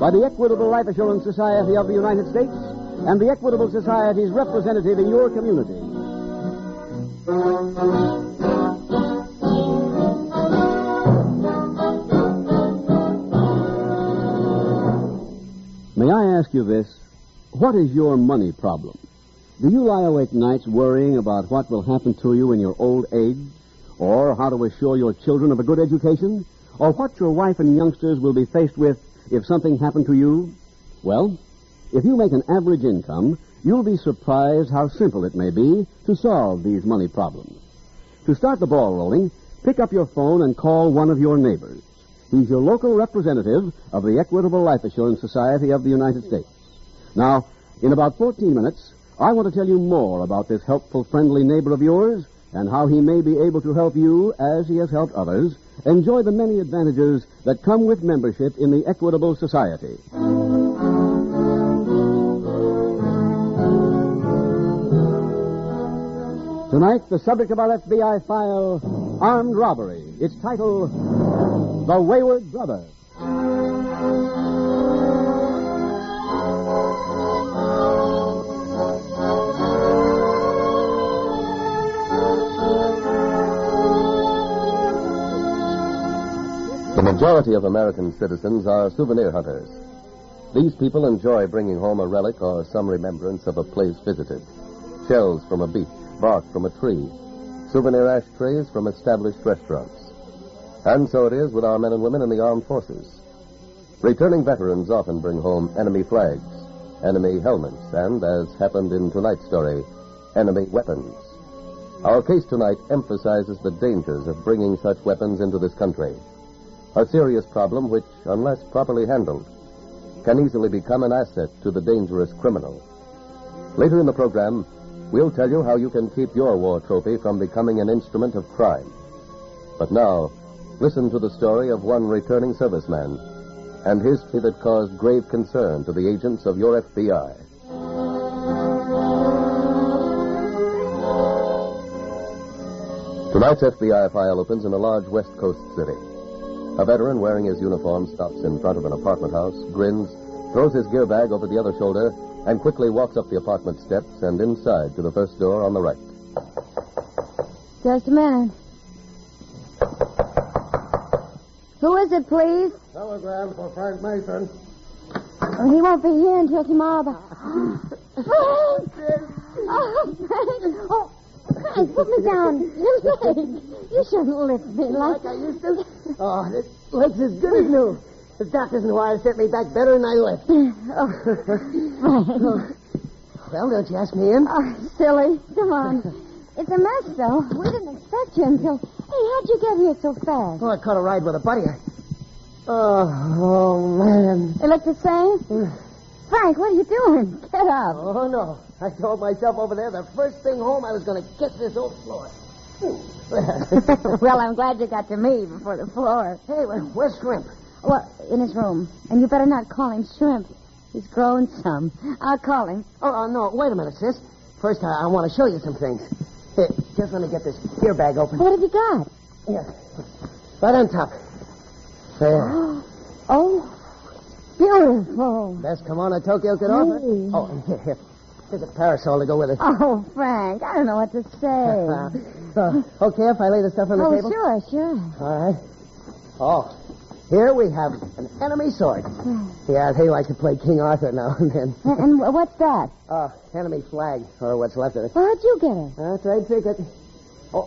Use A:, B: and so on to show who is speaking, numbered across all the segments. A: by the Equitable Life Assurance Society of the United States and the Equitable Society's representative in your community. May I ask you this? What is your money problem? Do you lie awake nights worrying about what will happen to you in your old age? Or how to assure your children of a good education? Or what your wife and youngsters will be faced with if something happened to you? Well, if you make an average income, you'll be surprised how simple it may be to solve these money problems. To start the ball rolling, pick up your phone and call one of your neighbors. He's your local representative of the Equitable Life Assurance Society of the United States. Now, in about 14 minutes, I want to tell you more about this helpful, friendly neighbor of yours and how he may be able to help you, as he has helped others, enjoy the many advantages that come with membership in the Equitable Society. Tonight, the subject of our FBI file, Armed Robbery. Its title, The Wayward Brother.
B: The majority of American citizens are souvenir hunters. These people enjoy bringing home a relic or some remembrance of a place visited. Shells from a beach, bark from a tree, souvenir ashtrays from established restaurants. And so it is with our men and women in the armed forces. Returning veterans often bring home enemy flags, enemy helmets, and, as happened in tonight's story, enemy weapons. Our case tonight emphasizes the dangers of bringing such weapons into this country. A serious problem which, unless properly handled, can easily become an asset to the dangerous criminal. Later in the program, we'll tell you how you can keep your war trophy from becoming an instrument of crime. But now, listen to the story of one returning serviceman and history that caused grave concern to the agents of your FBI. Tonight's FBI file opens in a large West Coast city. A veteran wearing his uniform stops in front of an apartment house, grins, throws his gear bag over the other shoulder, and quickly walks up the apartment steps and inside to the first door on the right.
C: Just a minute. Who is it, please?
D: Telegram for Frank Mason.
C: Oh, he won't be here until tomorrow. But... Frank! Oh, Frank! Oh, Frank, put me down. You leg. You shouldn't lift me like
D: I used to. Oh, this leg's as good as new. The doctors and wires sent me back better than I left.
C: Frank.
D: Well, don't you ask me in?
C: Oh, silly. Come on. It's a mess, though. We didn't expect you until. Hey, how'd you get here so fast?
D: Oh, I caught a ride with a buddy. I... Oh, oh, man.
C: It looked the same? Frank, what are you doing? Get up.
D: Oh, no. I told myself over there the first thing home I was going to kiss this old floor.
C: well, I'm glad you got to me before the floor.
D: hey, where's Shrimp?
C: Well, in his room. And you better not call him Shrimp. He's grown some. I'll call him.
D: Oh, oh, no. Wait a minute, sis. First, I, I want to show you some things. Here, just let me get this gear bag open.
C: What have you got?
D: Yeah. Right on top. There.
C: Oh, beautiful.
D: Best kimono Tokyo could offer.
C: Hey.
D: Oh, and here, here. Here's a parasol to go with it.
C: Oh, Frank, I don't know what to
D: Uh,
C: say.
D: uh, okay, if I lay the stuff on the
C: oh,
D: table?
C: sure, sure.
D: All right. Oh, here we have an enemy sword. Yeah, they like to play King Arthur now and then.
C: And, and wh- what's that?
D: Uh, enemy flag, or what's left of it.
C: Well, how'd you get it?
D: Uh, trade secret. Oh,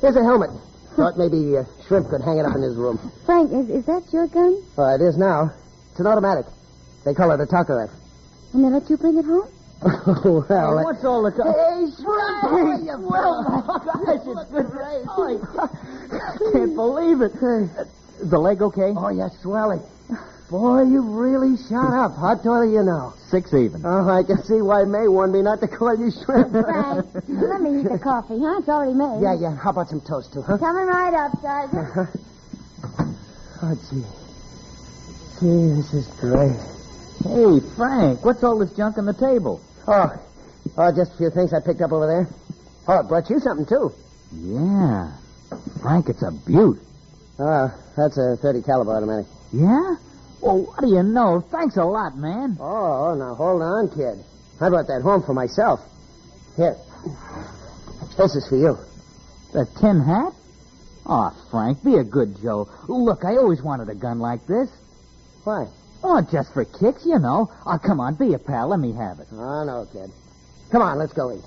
D: here's a helmet. Thought maybe uh, Shrimp could hang it up in his room.
C: Frank, is, is that your gun?
D: Uh, it is now. It's an automatic. They call it a Tokarev.
C: And they let you bring it home?
D: Oh, well. what's all the... Hey, Shrimp!
C: Hey,
D: How are you, well, gosh, it's good I can't believe it. Is the leg okay? Oh, yes, swelling. Boy, you've really shot up. How tall are you now?
A: Six even.
D: Oh, I can see why May warned me not to call you shrimp.
C: Frank, let me eat the coffee, huh? It's already made.
D: Yeah, yeah. How about some toast, too, huh?
C: Coming right up, Sergeant.
D: Uh-huh. Oh, gee. Gee, this is great.
E: Hey, Frank, what's all this junk on the table?
D: Oh, oh, just a few things I picked up over there. Oh, I brought you something, too.
E: Yeah. Frank, it's a beaut.
D: Oh, that's a 30 caliber automatic.
E: Yeah? Well, what do you know? Thanks a lot, man.
D: Oh, now hold on, kid. I brought that home for myself. Here. This is for you.
E: The tin hat? Oh, Frank, be a good Joe. Look, I always wanted a gun like this.
D: Why?
E: Oh, just for kicks, you know. Oh, come on, be a pal. Let me have it.
D: Oh, no, kid. Come on, let's go eat.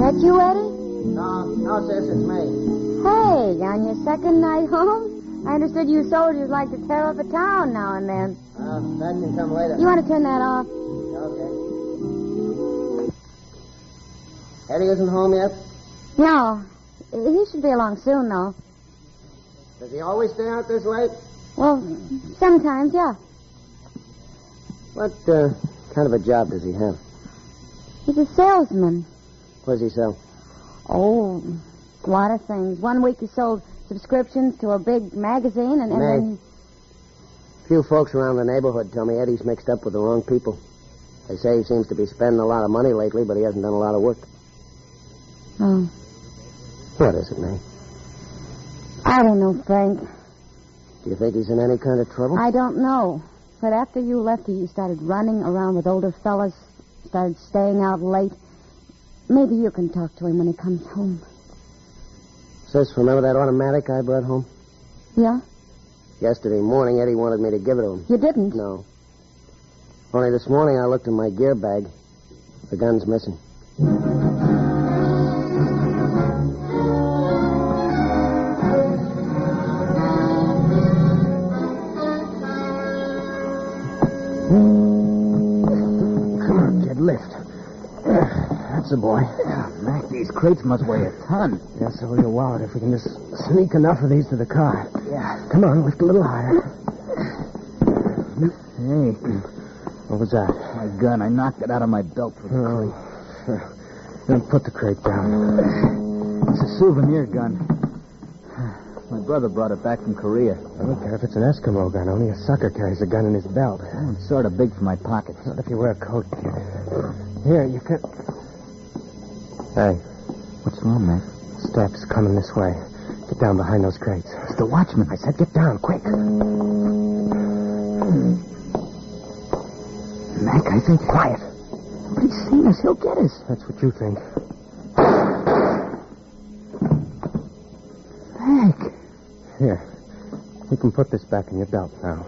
C: That you, Eddie?
D: No, no, sis, it's me.
C: Hey, on your second night home? I understood you soldiers like to tear up a town now and then.
D: Uh, that can come later.
C: You want to turn that off?
D: Okay. Eddie isn't home yet?
C: No. He should be along soon, though.
D: Does he always stay out this late?
C: Well, sometimes, yeah.
D: What uh, kind of a job does he have?
C: He's a salesman.
D: What does he sell?
C: Oh, a lot of things. One week he sold subscriptions to a big magazine, and, and
D: Mag-
C: then.
D: Few folks around the neighborhood tell me Eddie's mixed up with the wrong people. They say he seems to be spending a lot of money lately, but he hasn't done a lot of work.
C: Oh.
D: What is it, May?
C: I don't know, Frank.
D: Do you think he's in any kind of trouble?
C: I don't know. But after you left, he started running around with older fellas, started staying out late. Maybe you can talk to him when he comes home.
D: Sis, remember that automatic I brought home?
C: Yeah?
D: Yesterday morning, Eddie wanted me to give it to him.
C: You didn't?
D: No. Only this morning I looked in my gear bag. The gun's missing. Come on, kid, lift. That's a boy.
E: Mac, these crates must weigh a ton.
D: Yeah, so will your wallet if we can just sneak enough of these to the car.
E: Yeah.
D: Come on, lift a little higher.
E: Hey,
D: What was that?
E: my gun, I knocked it out of my belt for the
D: Oh, sure. Then put the crate down.
E: It's a souvenir gun. My brother brought it back from Korea.
D: I don't care if it's an Eskimo gun. Only a sucker carries a gun in his belt.
E: It's sort of big for my pockets.
D: Not if you wear a coat, kid. Here, you can. Hey,
E: What's wrong, Mac?
D: steps coming this way. Get down behind those crates.
E: It's the watchman.
D: I said get down, quick.
E: Mac, I think. Quiet. But he's seen us. He'll get us.
D: That's what you think.
E: Mac.
D: Here, you can put this back in your belt now.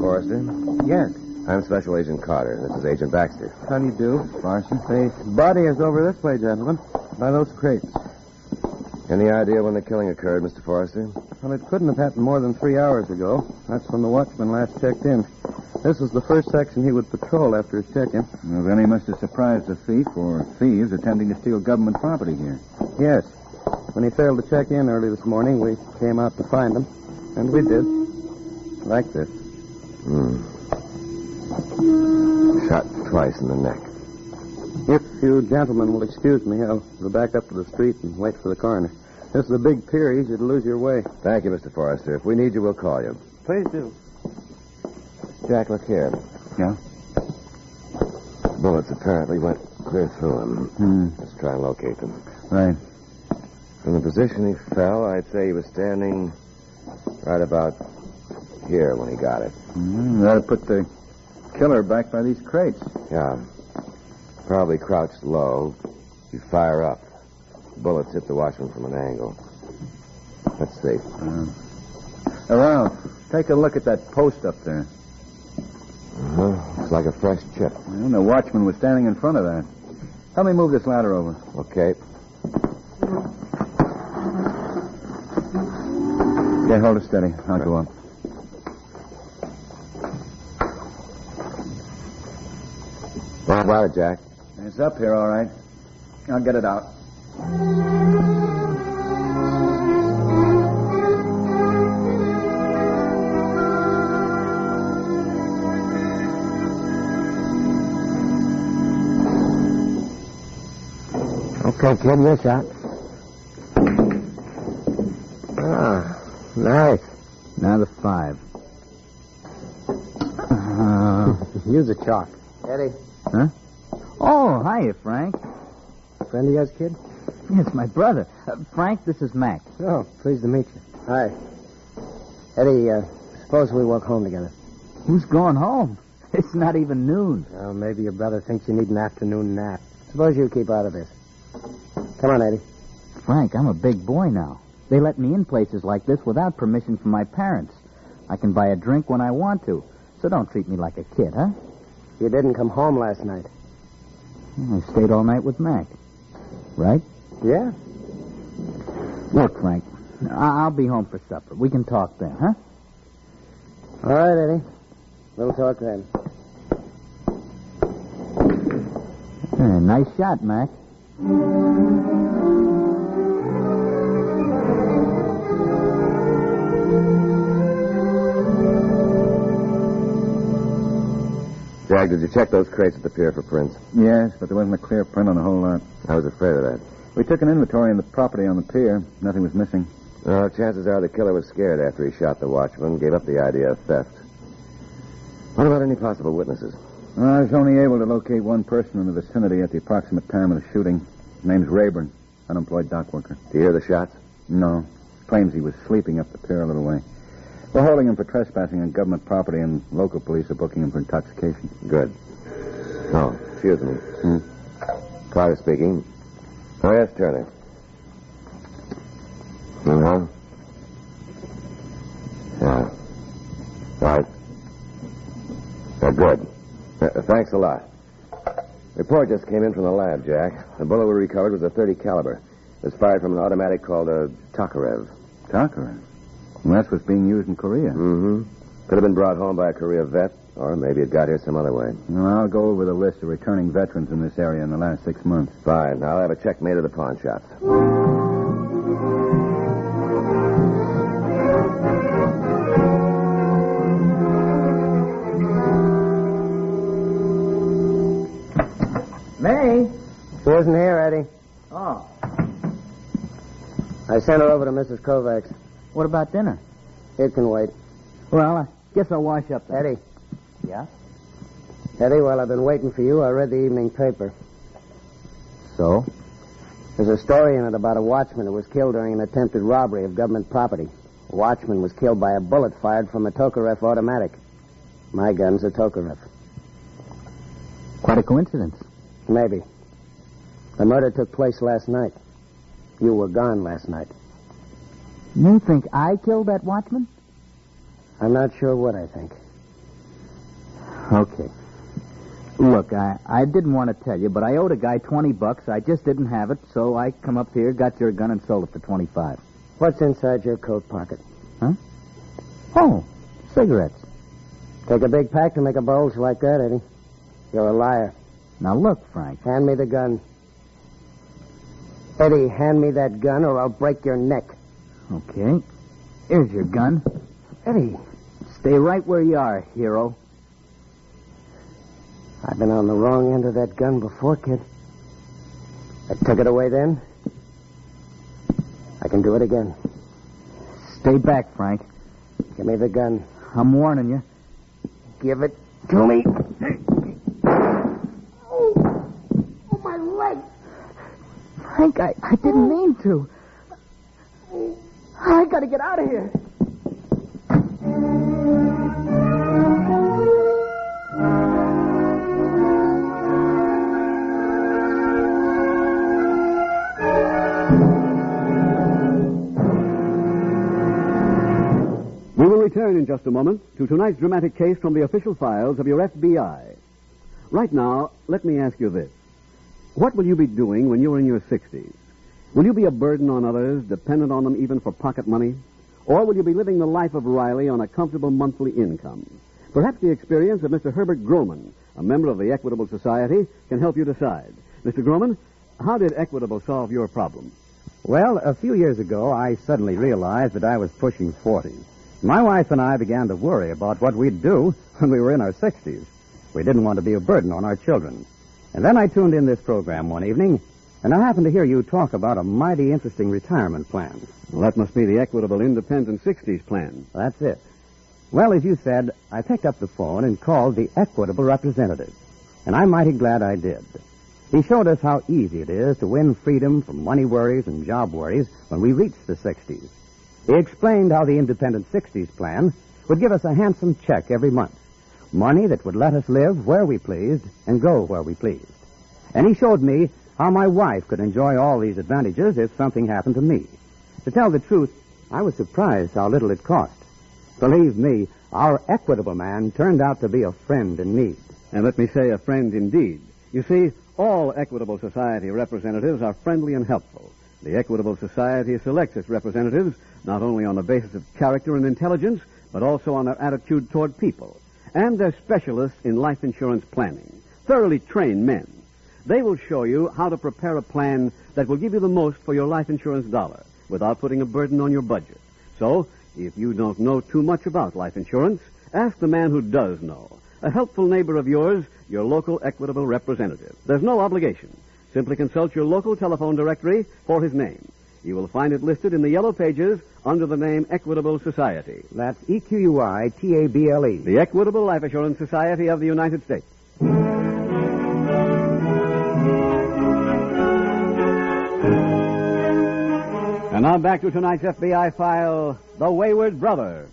B: Forrester?
E: Yes.
B: I'm Special Agent Carter. This is Agent Baxter.
E: How do you do?
B: Marshal?
E: The body is over this way, gentlemen, by those crates.
B: Any idea when the killing occurred, Mr. Forrester?
E: Well, it couldn't have happened more than three hours ago. That's when the watchman last checked in. This is the first section he would patrol after his check-in.
F: Well, then he must have surprised a thief or thieves attempting to steal government property here.
E: Yes. When he failed to check in early this morning, we came out to find him, and we did. Like this.
B: Shot twice in the neck.
E: If you gentlemen will excuse me, I'll go back up to the street and wait for the coroner. This is a big pier. You should lose your way.
B: Thank you, Mr. Forrester. If we need you, we'll call you.
E: Please do.
B: Jack, look here.
F: Yeah?
B: Bullets apparently went clear through him.
F: Hmm.
B: Let's try and locate them.
F: Right.
B: From the position he fell, I'd say he was standing right about here when he got it.
F: Mm, that'll put the killer back by these crates.
B: Yeah. Probably crouched low. You fire up. Bullets hit the watchman from an angle. Let's see.
F: Oh, Uh, Ralph, take a look at that post up there.
B: Uh-huh. It's like a fresh chip.
F: Well, the watchman was standing in front of that. Help me move this ladder over.
B: Okay.
F: Yeah, hold it steady. I'll go up.
B: How about it, Jack?
F: It's up here, all right. I'll get it out.
D: Okay, kid, your shot. Ah, nice.
F: Now the five. Uh,
D: Use a chalk. Eddie,
G: Oh, hiya, Frank.
D: friend of yours, kid?
G: It's my brother. Uh, Frank, this is Mac.
D: Oh, pleased to meet you. Hi. Eddie, uh, suppose we walk home together.
G: Who's going home? It's not even noon.
D: Well, maybe your brother thinks you need an afternoon nap. Suppose you keep out of this. Come on, Eddie.
G: Frank, I'm a big boy now. They let me in places like this without permission from my parents. I can buy a drink when I want to. So don't treat me like a kid, huh?
D: You didn't come home last night.
G: I stayed all night with Mac. Right?
D: Yeah?
G: Look, Frank, I- I'll be home for supper. We can talk then, huh?
D: All right, Eddie. We'll talk then.
G: Yeah, nice shot, Mac.
B: Jack, did you check those crates at the pier for prints?
F: Yes, but there wasn't a clear print on the whole lot.
B: I was afraid of that.
F: We took an inventory of the property on the pier. Nothing was missing.
B: Uh, chances are the killer was scared after he shot the watchman, gave up the idea of theft. What about any possible witnesses?
F: I was only able to locate one person in the vicinity at the approximate time of the shooting. His name's Rayburn, unemployed dock worker.
B: Do you hear the shots?
F: No. Claims he was sleeping up the pier a little way. We're holding him for trespassing on government property, and local police are booking him for intoxication.
B: Good. Oh, excuse me. Carter speaking. Oh, yes, Turner. Uh-huh. Yeah. All right. Uh, good. Uh, thanks a lot. Report just came in from the lab, Jack. The bullet we recovered was a 30 caliber. It was fired from an automatic called a Tokarev.
F: Takarin? Well, that's what's being used in Korea.
B: Mm-hmm. Could have been brought home by a Korea vet, or maybe it got here some other way.
F: Well, I'll go over the list of returning veterans in this area in the last six months.
B: Fine. I'll have a check made at the pawn shops.
G: May?
D: She isn't here, Eddie.
G: Oh.
D: I sent her over to Mrs. Kovacs.
G: What about dinner?
D: It can wait.
G: Well, I guess I'll wash up then.
D: Eddie,
G: Yeah?
D: Eddie, while I've been waiting for you, I read the evening paper.
G: So?
D: There's a story in it about a watchman who was killed during an attempted robbery of government property. The watchman was killed by a bullet fired from a Tokarev automatic. My gun's a Tokarev.
G: Quite a coincidence.
D: Maybe. The murder took place last night. You were gone last night.
G: You think I killed that watchman?
D: I'm not sure what I think.
G: Okay. Look, I, I didn't want to tell you, but I owed a guy 20 bucks. I just didn't have it, so I come up here, got your gun, and sold it for 25.
D: What's inside your coat pocket?
G: Oh, cigarettes.
D: Take a big pack to make a bulge like that, Eddie. You're a liar.
G: Now look, Frank.
D: Hand me the gun. Eddie, hand me that gun or I'll break your neck.
G: Okay. Here's your gun.
D: Eddie.
G: Stay right where you are, hero.
D: I've been on the wrong end of that gun before, kid. I took it away then. I can do it again.
G: Stay back, Frank.
D: Give me the gun.
G: I'm warning you.
D: Give it to me.
G: Frank, I, I didn't
C: Oh.
G: mean to. I gotta get out of here.
A: We will return. return in just a moment to tonight's dramatic case from the official files of your FBI. Right now, let me ask you this. What will you be doing when you're in your 60s? Will you be a burden on others, dependent on them even for pocket money? Or will you be living the life of Riley on a comfortable monthly income? Perhaps the experience of Mr. Herbert Groman, a member of the Equitable Society, can help you decide. Mr. Groman, how did Equitable solve your problem?
H: Well, a few years ago, I suddenly realized that I was pushing 40. My wife and I began to worry about what we'd do when we were in our 60s. We didn't want to be a burden on our children. And then I tuned in this program one evening, and I happened to hear you talk about a mighty interesting retirement plan.
A: Well, that must be the Equitable Independent 60s plan.
H: That's it. Well, as you said, I picked up the phone and called the Equitable representative. And I'm mighty glad I did. He showed us how easy it is to win freedom from money worries and job worries when we reach the 60s. He explained how the Independent 60s plan would give us a handsome check every month, money that would let us live where we pleased and go where we pleased. And he showed me how my wife could enjoy all these advantages if something happened to me. To tell the truth, I was surprised how little it cost. Believe me, our equitable man turned out to be a friend in need.
A: And let me say, a friend indeed. You see, all Equitable Society representatives are friendly and helpful. The Equitable Society selects its representatives not only on the basis of character and intelligence, but also on their attitude toward people. And they're specialists in life insurance planning, thoroughly trained men. They will show you how to prepare a plan that will give you the most for your life insurance dollar without putting a burden on your budget. So, if you don't know too much about life insurance, ask the man who does know a helpful neighbor of yours, your local Equitable representative. There's no obligation. Simply consult your local telephone directory for his name. You will find it listed in the yellow pages under the name Equitable Society.
H: That's E Q U I T A B L E.
A: The Equitable Life Assurance Society of the United States. And now back to tonight's FBI file The Wayward Brother.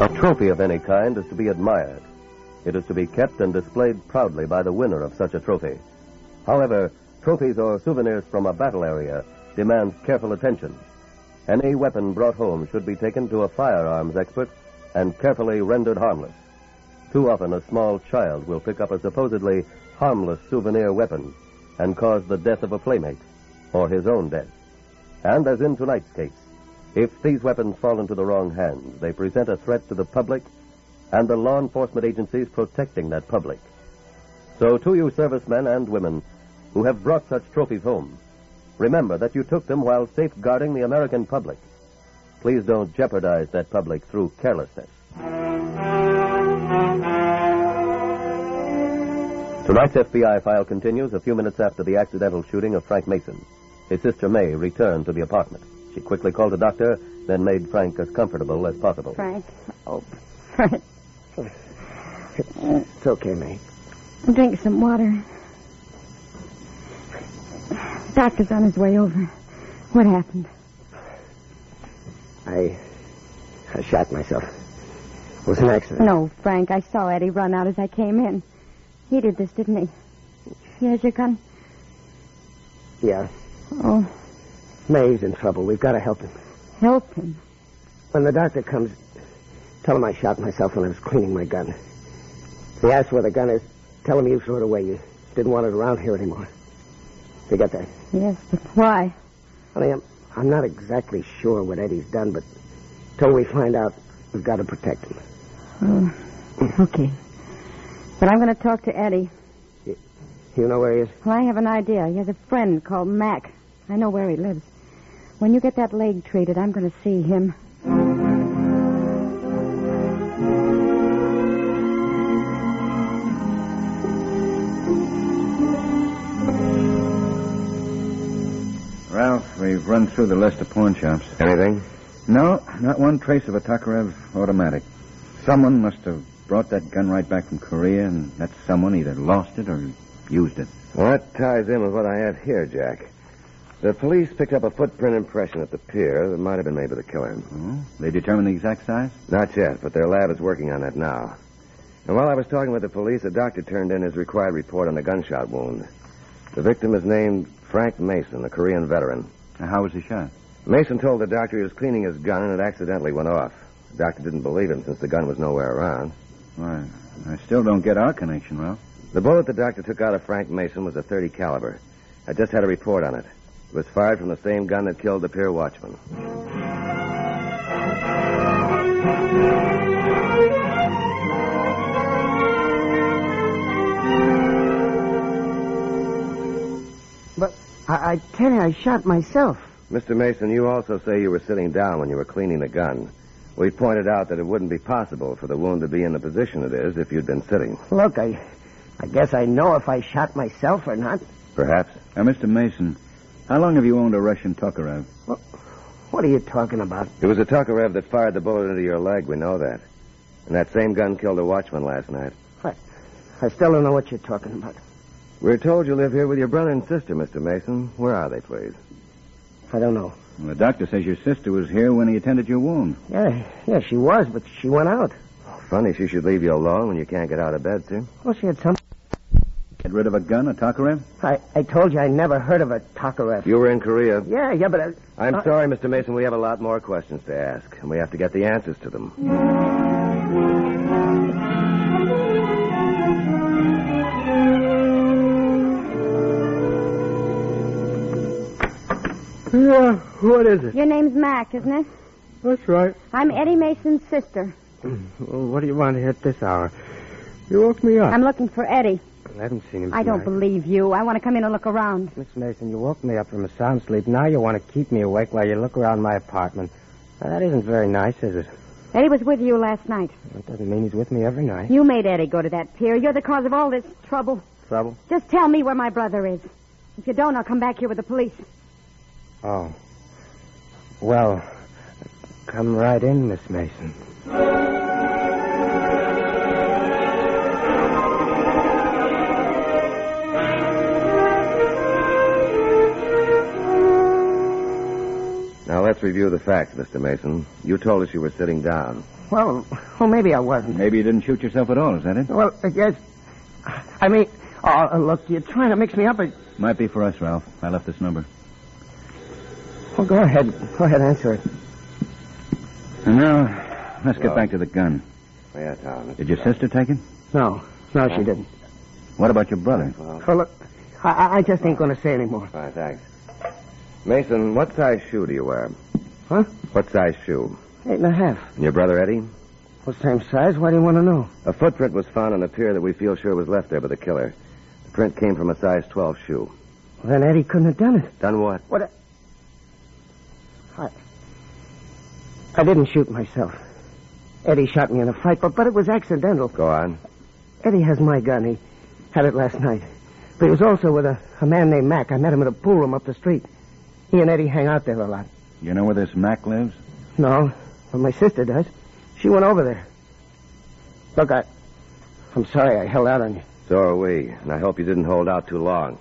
B: A trophy of any kind is to be admired. It is to be kept and displayed proudly by the winner of such a trophy. However, trophies or souvenirs from a battle area demand careful attention. Any weapon brought home should be taken to a firearms expert and carefully rendered harmless. Too often, a small child will pick up a supposedly harmless souvenir weapon and cause the death of a playmate or his own death. And as in tonight's case, if these weapons fall into the wrong hands, they present a threat to the public and the law enforcement agencies protecting that public. So, to you servicemen and women who have brought such trophies home, remember that you took them while safeguarding the American public. Please don't jeopardize that public through carelessness. Tonight's FBI file continues a few minutes after the accidental shooting of Frank Mason. His sister May returned to the apartment. She quickly called a doctor, then made Frank as comfortable as possible.
C: Frank. Oh, Frank.
D: It's okay, May.
C: Drink some water. Doctor's on his way over. What happened?
D: I. I shot myself. It was an accident.
C: No, Frank. I saw Eddie run out as I came in. He did this, didn't he? Here's your gun.
D: Yeah.
C: Oh,
D: May's in trouble. We've got to help him.
C: help him.
D: When the doctor comes, tell him I shot myself when I was cleaning my gun. If he asks where the gun is, tell him you threw it away. You didn't want it around here anymore. You get that?
C: Yes, but why?
D: Honey, I'm, I'm not exactly sure what Eddie's done, but till we find out, we've got to protect him.
C: Oh, okay. But I'm going to talk to Eddie.
D: You know where he is?
C: Well, I have an idea. He has a friend called Mac. I know where he lives. When you get that leg treated, I'm going to see him.
F: Ralph, we've run through the list of pawn shops.
B: Anything?
F: No, not one trace of a Tokarev automatic. Someone must have brought that gun right back from Korea, and that someone either lost it or used it.
B: Well, that ties in with what I have here, Jack. The police picked up a footprint impression at the pier that might have been made by the killer.
F: Oh, they determined the exact size?
B: Not yet, but their lab is working on that now. And while I was talking with the police, a doctor turned in his required report on a gunshot wound. The victim is named Frank Mason, a Korean veteran.
F: How was he shot?
B: Mason told the doctor he was cleaning his gun and it accidentally went off. The doctor didn't believe him since the gun was nowhere around.
F: Why, I still don't get our connection, Ralph.
B: The bullet the doctor took out of Frank Mason was a 30 caliber. I just had a report on it. It was fired from the same gun that killed the pier watchman.
D: But I, I tell you, I shot myself.
B: Mr. Mason, you also say you were sitting down when you were cleaning the gun. We pointed out that it wouldn't be possible for the wound to be in the position it is if you'd been sitting.
D: Look, I, I guess I know if I shot myself or not.
B: Perhaps.
F: Now, Mr. Mason, how long have you owned a Russian Tokarev?
D: What, what are you talking about?
B: It was a Tokarev that fired the bullet into your leg. We know that. And that same gun killed a watchman last night.
D: What? I still don't know what you're talking about.
B: We're told you live here with your brother and sister, Mr. Mason. Where are they, please?
D: I don't know.
F: Well, the doctor says your sister was here when he attended your wound.
D: Yeah, yeah, she was, but she went out.
B: Funny she should leave you alone when you can't get out of bed, sir.
D: Well, she had some.
F: Get rid of a gun, a Tokarev?
D: I, I told you I never heard of a Tokarev.
B: You were in Korea.
D: Yeah, yeah, but. uh, I,
B: I'm sorry, Mr. Mason. We have a lot more questions to ask, and we have to get the answers to them.
I: Yeah, what is it?
C: Your name's Mac, isn't it?
I: That's right.
C: I'm Eddie Mason's sister.
I: Well, what do you want here at this hour? You woke me up.
C: I'm looking for Eddie.
I: I haven't seen him.
C: I don't
I: tonight.
C: believe you. I want to come in and look around.
D: Miss Mason, you woke me up from a sound sleep. Now you want to keep me awake while you look around my apartment. Now, that isn't very nice, is it?
C: Eddie was with you last night.
D: That doesn't mean he's with me every night.
C: You made Eddie go to that pier. You're the cause of all this trouble.
I: Trouble?
C: Just tell me where my brother is. If you don't, I'll come back here with the police.
D: Oh. Well, come right in, Miss Mason.
B: Now, let's review the facts, Mr. Mason. You told us you were sitting down.
D: Well, well, maybe I wasn't.
F: Maybe you didn't shoot yourself at all, is that it?
D: Well, I guess. I mean, oh, look, you're trying to mix me up. I-
F: Might be for us, Ralph. I left this number.
D: Well, go ahead. Go ahead, answer it.
F: And now, let's get
B: Well-
F: back to the gun.
B: Yeah, Tom.
F: Did your sister take it?
D: No, no, she didn't.
F: What about your brother?
B: Well,
D: Well, look, I- I, I just ain't going to say any more.
B: fine, thanks. Mason, what size shoe do you wear?
D: Huh?
B: What size shoe?
D: Eight and a half.
B: And your brother Eddie?
D: Well, same size. Why do you want to know?
B: A footprint was found on the pier that we feel sure was left there by the killer. The print came from a size 12 shoe.
D: then Eddie couldn't have done it.
B: Done what?
D: What? I, I didn't shoot myself. Eddie shot me in a fight, but, but it was accidental.
B: Go on.
D: Eddie has my gun. He had it last night. But he was also with a, a man named Mac. I met him at a pool room up the street. He and Eddie hang out there a lot.
F: You know where this Mac lives?
D: No, but my sister does. She went over there. Look, I, I'm sorry I held out on you.
B: So are we, and I hope you didn't hold out too long.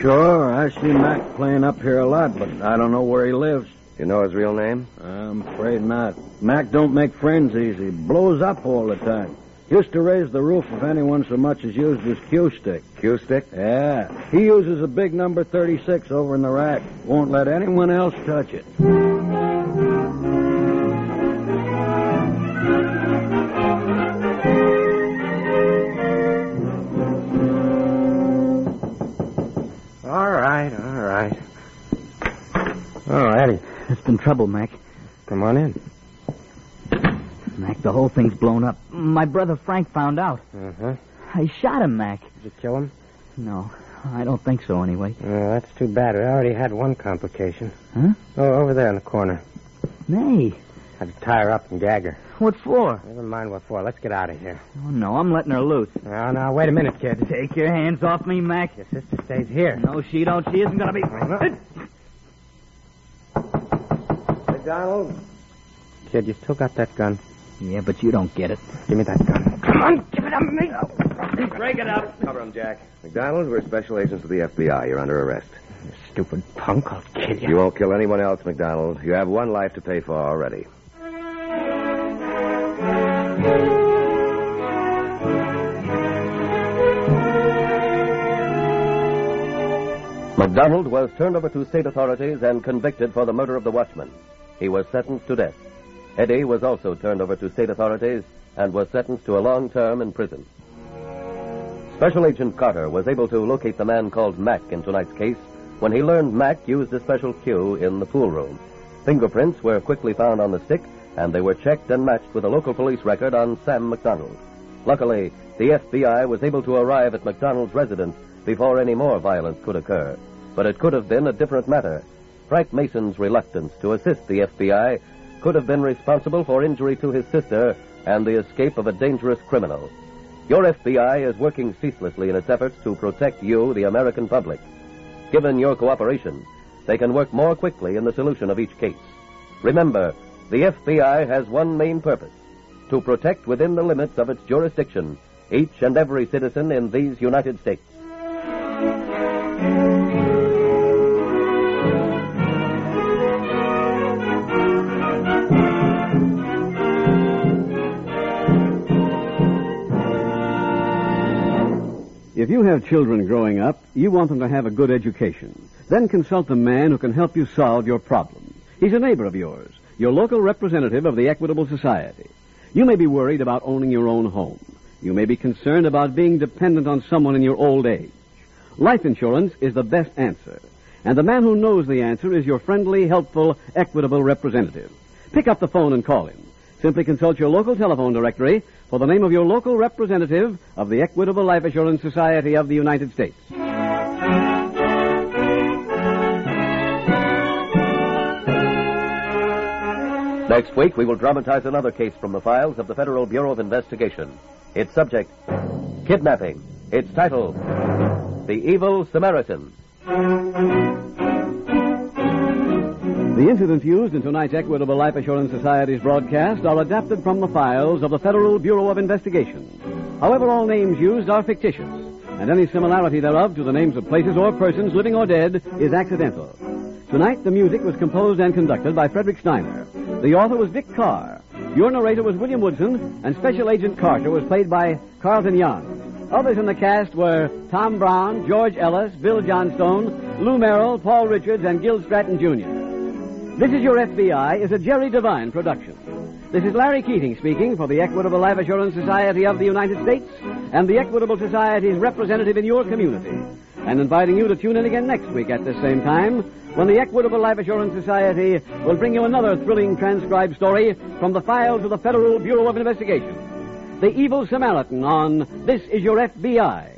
I: Sure, I see Mac playing up here a lot, but I don't know where he lives.
B: You know his real name?
I: I'm afraid not. Mac don't make friends easy. Blows up all the time. Used to raise the roof if anyone so much as used his cue stick.
B: Q Stick?
I: Yeah. He uses a big number 36 over in the rack. Won't let anyone else touch it.
D: All right, all right. Oh, Eddie,
J: It's been trouble, Mac.
D: come on in.
J: Mac, the whole thing's blown up. My brother Frank found out.
D: Uh huh.
J: I shot him, Mac.
D: Did you kill him?
J: No, I don't think so, anyway.
D: Oh, that's too bad. We already had one complication.
J: Huh?
D: Oh, over there in the corner.
J: Nay,
D: Had to tie her up and gag her.
J: what for?
D: Never mind what for. Let's get out of here.
J: Oh, no, I'm letting her loose.
D: Now, now, wait a minute, kid.
J: Take your hands off me, Mac.
D: Your sister stays here.
J: No, she don't. She isn't going to be.
D: McDonald. Kid, you still got that gun.
J: Yeah, but you don't get it.
D: Give me that gun. Come on, give it up to me.
B: Cover him, Jack. McDonald, we're special agents of the FBI. You're under arrest.
K: You stupid punk, I'll kill you. You won't kill anyone else, McDonald. You have one life to pay for already.
B: McDonald was turned over to state authorities and convicted for the murder of the watchman. He was sentenced to death. Eddie was also turned over to state authorities and was sentenced to a long term in prison. Special Agent Carter was able to locate the man called Mack in tonight's case when he learned Mack used a special cue in the pool room. Fingerprints were quickly found on the stick, and they were checked and matched with a local police record on Sam McDonald. Luckily, the FBI was able to arrive at McDonald's residence before any more violence could occur, but it could have been a different matter. Frank Mason's reluctance to assist the FBI could have been responsible for injury to his sister and the escape of a dangerous criminal. Your FBI is working ceaselessly in its efforts to protect you, the American public. Given your cooperation, they can work more quickly in the solution of each case. Remember, the FBI has one main purpose to protect within the limits of its jurisdiction each and every citizen in these United States.
A: If you have children growing up, you want them to have a good education. Then consult the man who can help you solve your problem. He's a neighbor of yours, your local representative of the Equitable Society. You may be worried about owning your own home. You may be concerned about being dependent on someone in your old age. Life insurance is the best answer. And the man who knows the answer is your friendly, helpful, equitable representative. Pick up the phone and call him. Simply consult your local telephone directory for the name of your local representative of the Equitable Life Assurance Society of the United States.
B: Next week, we will dramatize another case from the files of the Federal Bureau of Investigation. Its subject, kidnapping. Its title, The Evil Samaritan.
A: The incidents used in tonight's Equitable Life Assurance Society's broadcast are adapted from the files of the Federal Bureau of Investigation. However, all names used are fictitious, and any similarity thereof to the names of places or persons, living or dead, is accidental. Tonight, the music was composed and conducted by Frederick Steiner. The author was Vic Carr. Your narrator was William Woodson, and Special Agent Carter was played by Carlton Young. Others in the cast were Tom Brown, George Ellis, Bill Johnstone, Lou Merrill, Paul Richards, and Gil Stratton Jr. This is Your FBI is a Jerry Devine production. This is Larry Keating speaking for the Equitable Life Assurance Society of the United States and the Equitable Society's representative in your community, and inviting you to tune in again next week at this same time when the Equitable Life Assurance Society will bring you another thrilling transcribed story from the files of the Federal Bureau of Investigation. The Evil Samaritan on This Is Your FBI.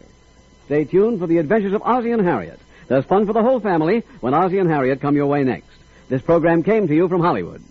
A: Stay tuned for the adventures of Ozzie and Harriet. There's fun for the whole family when Ozzie and Harriet come your way next. This program came to you from Hollywood.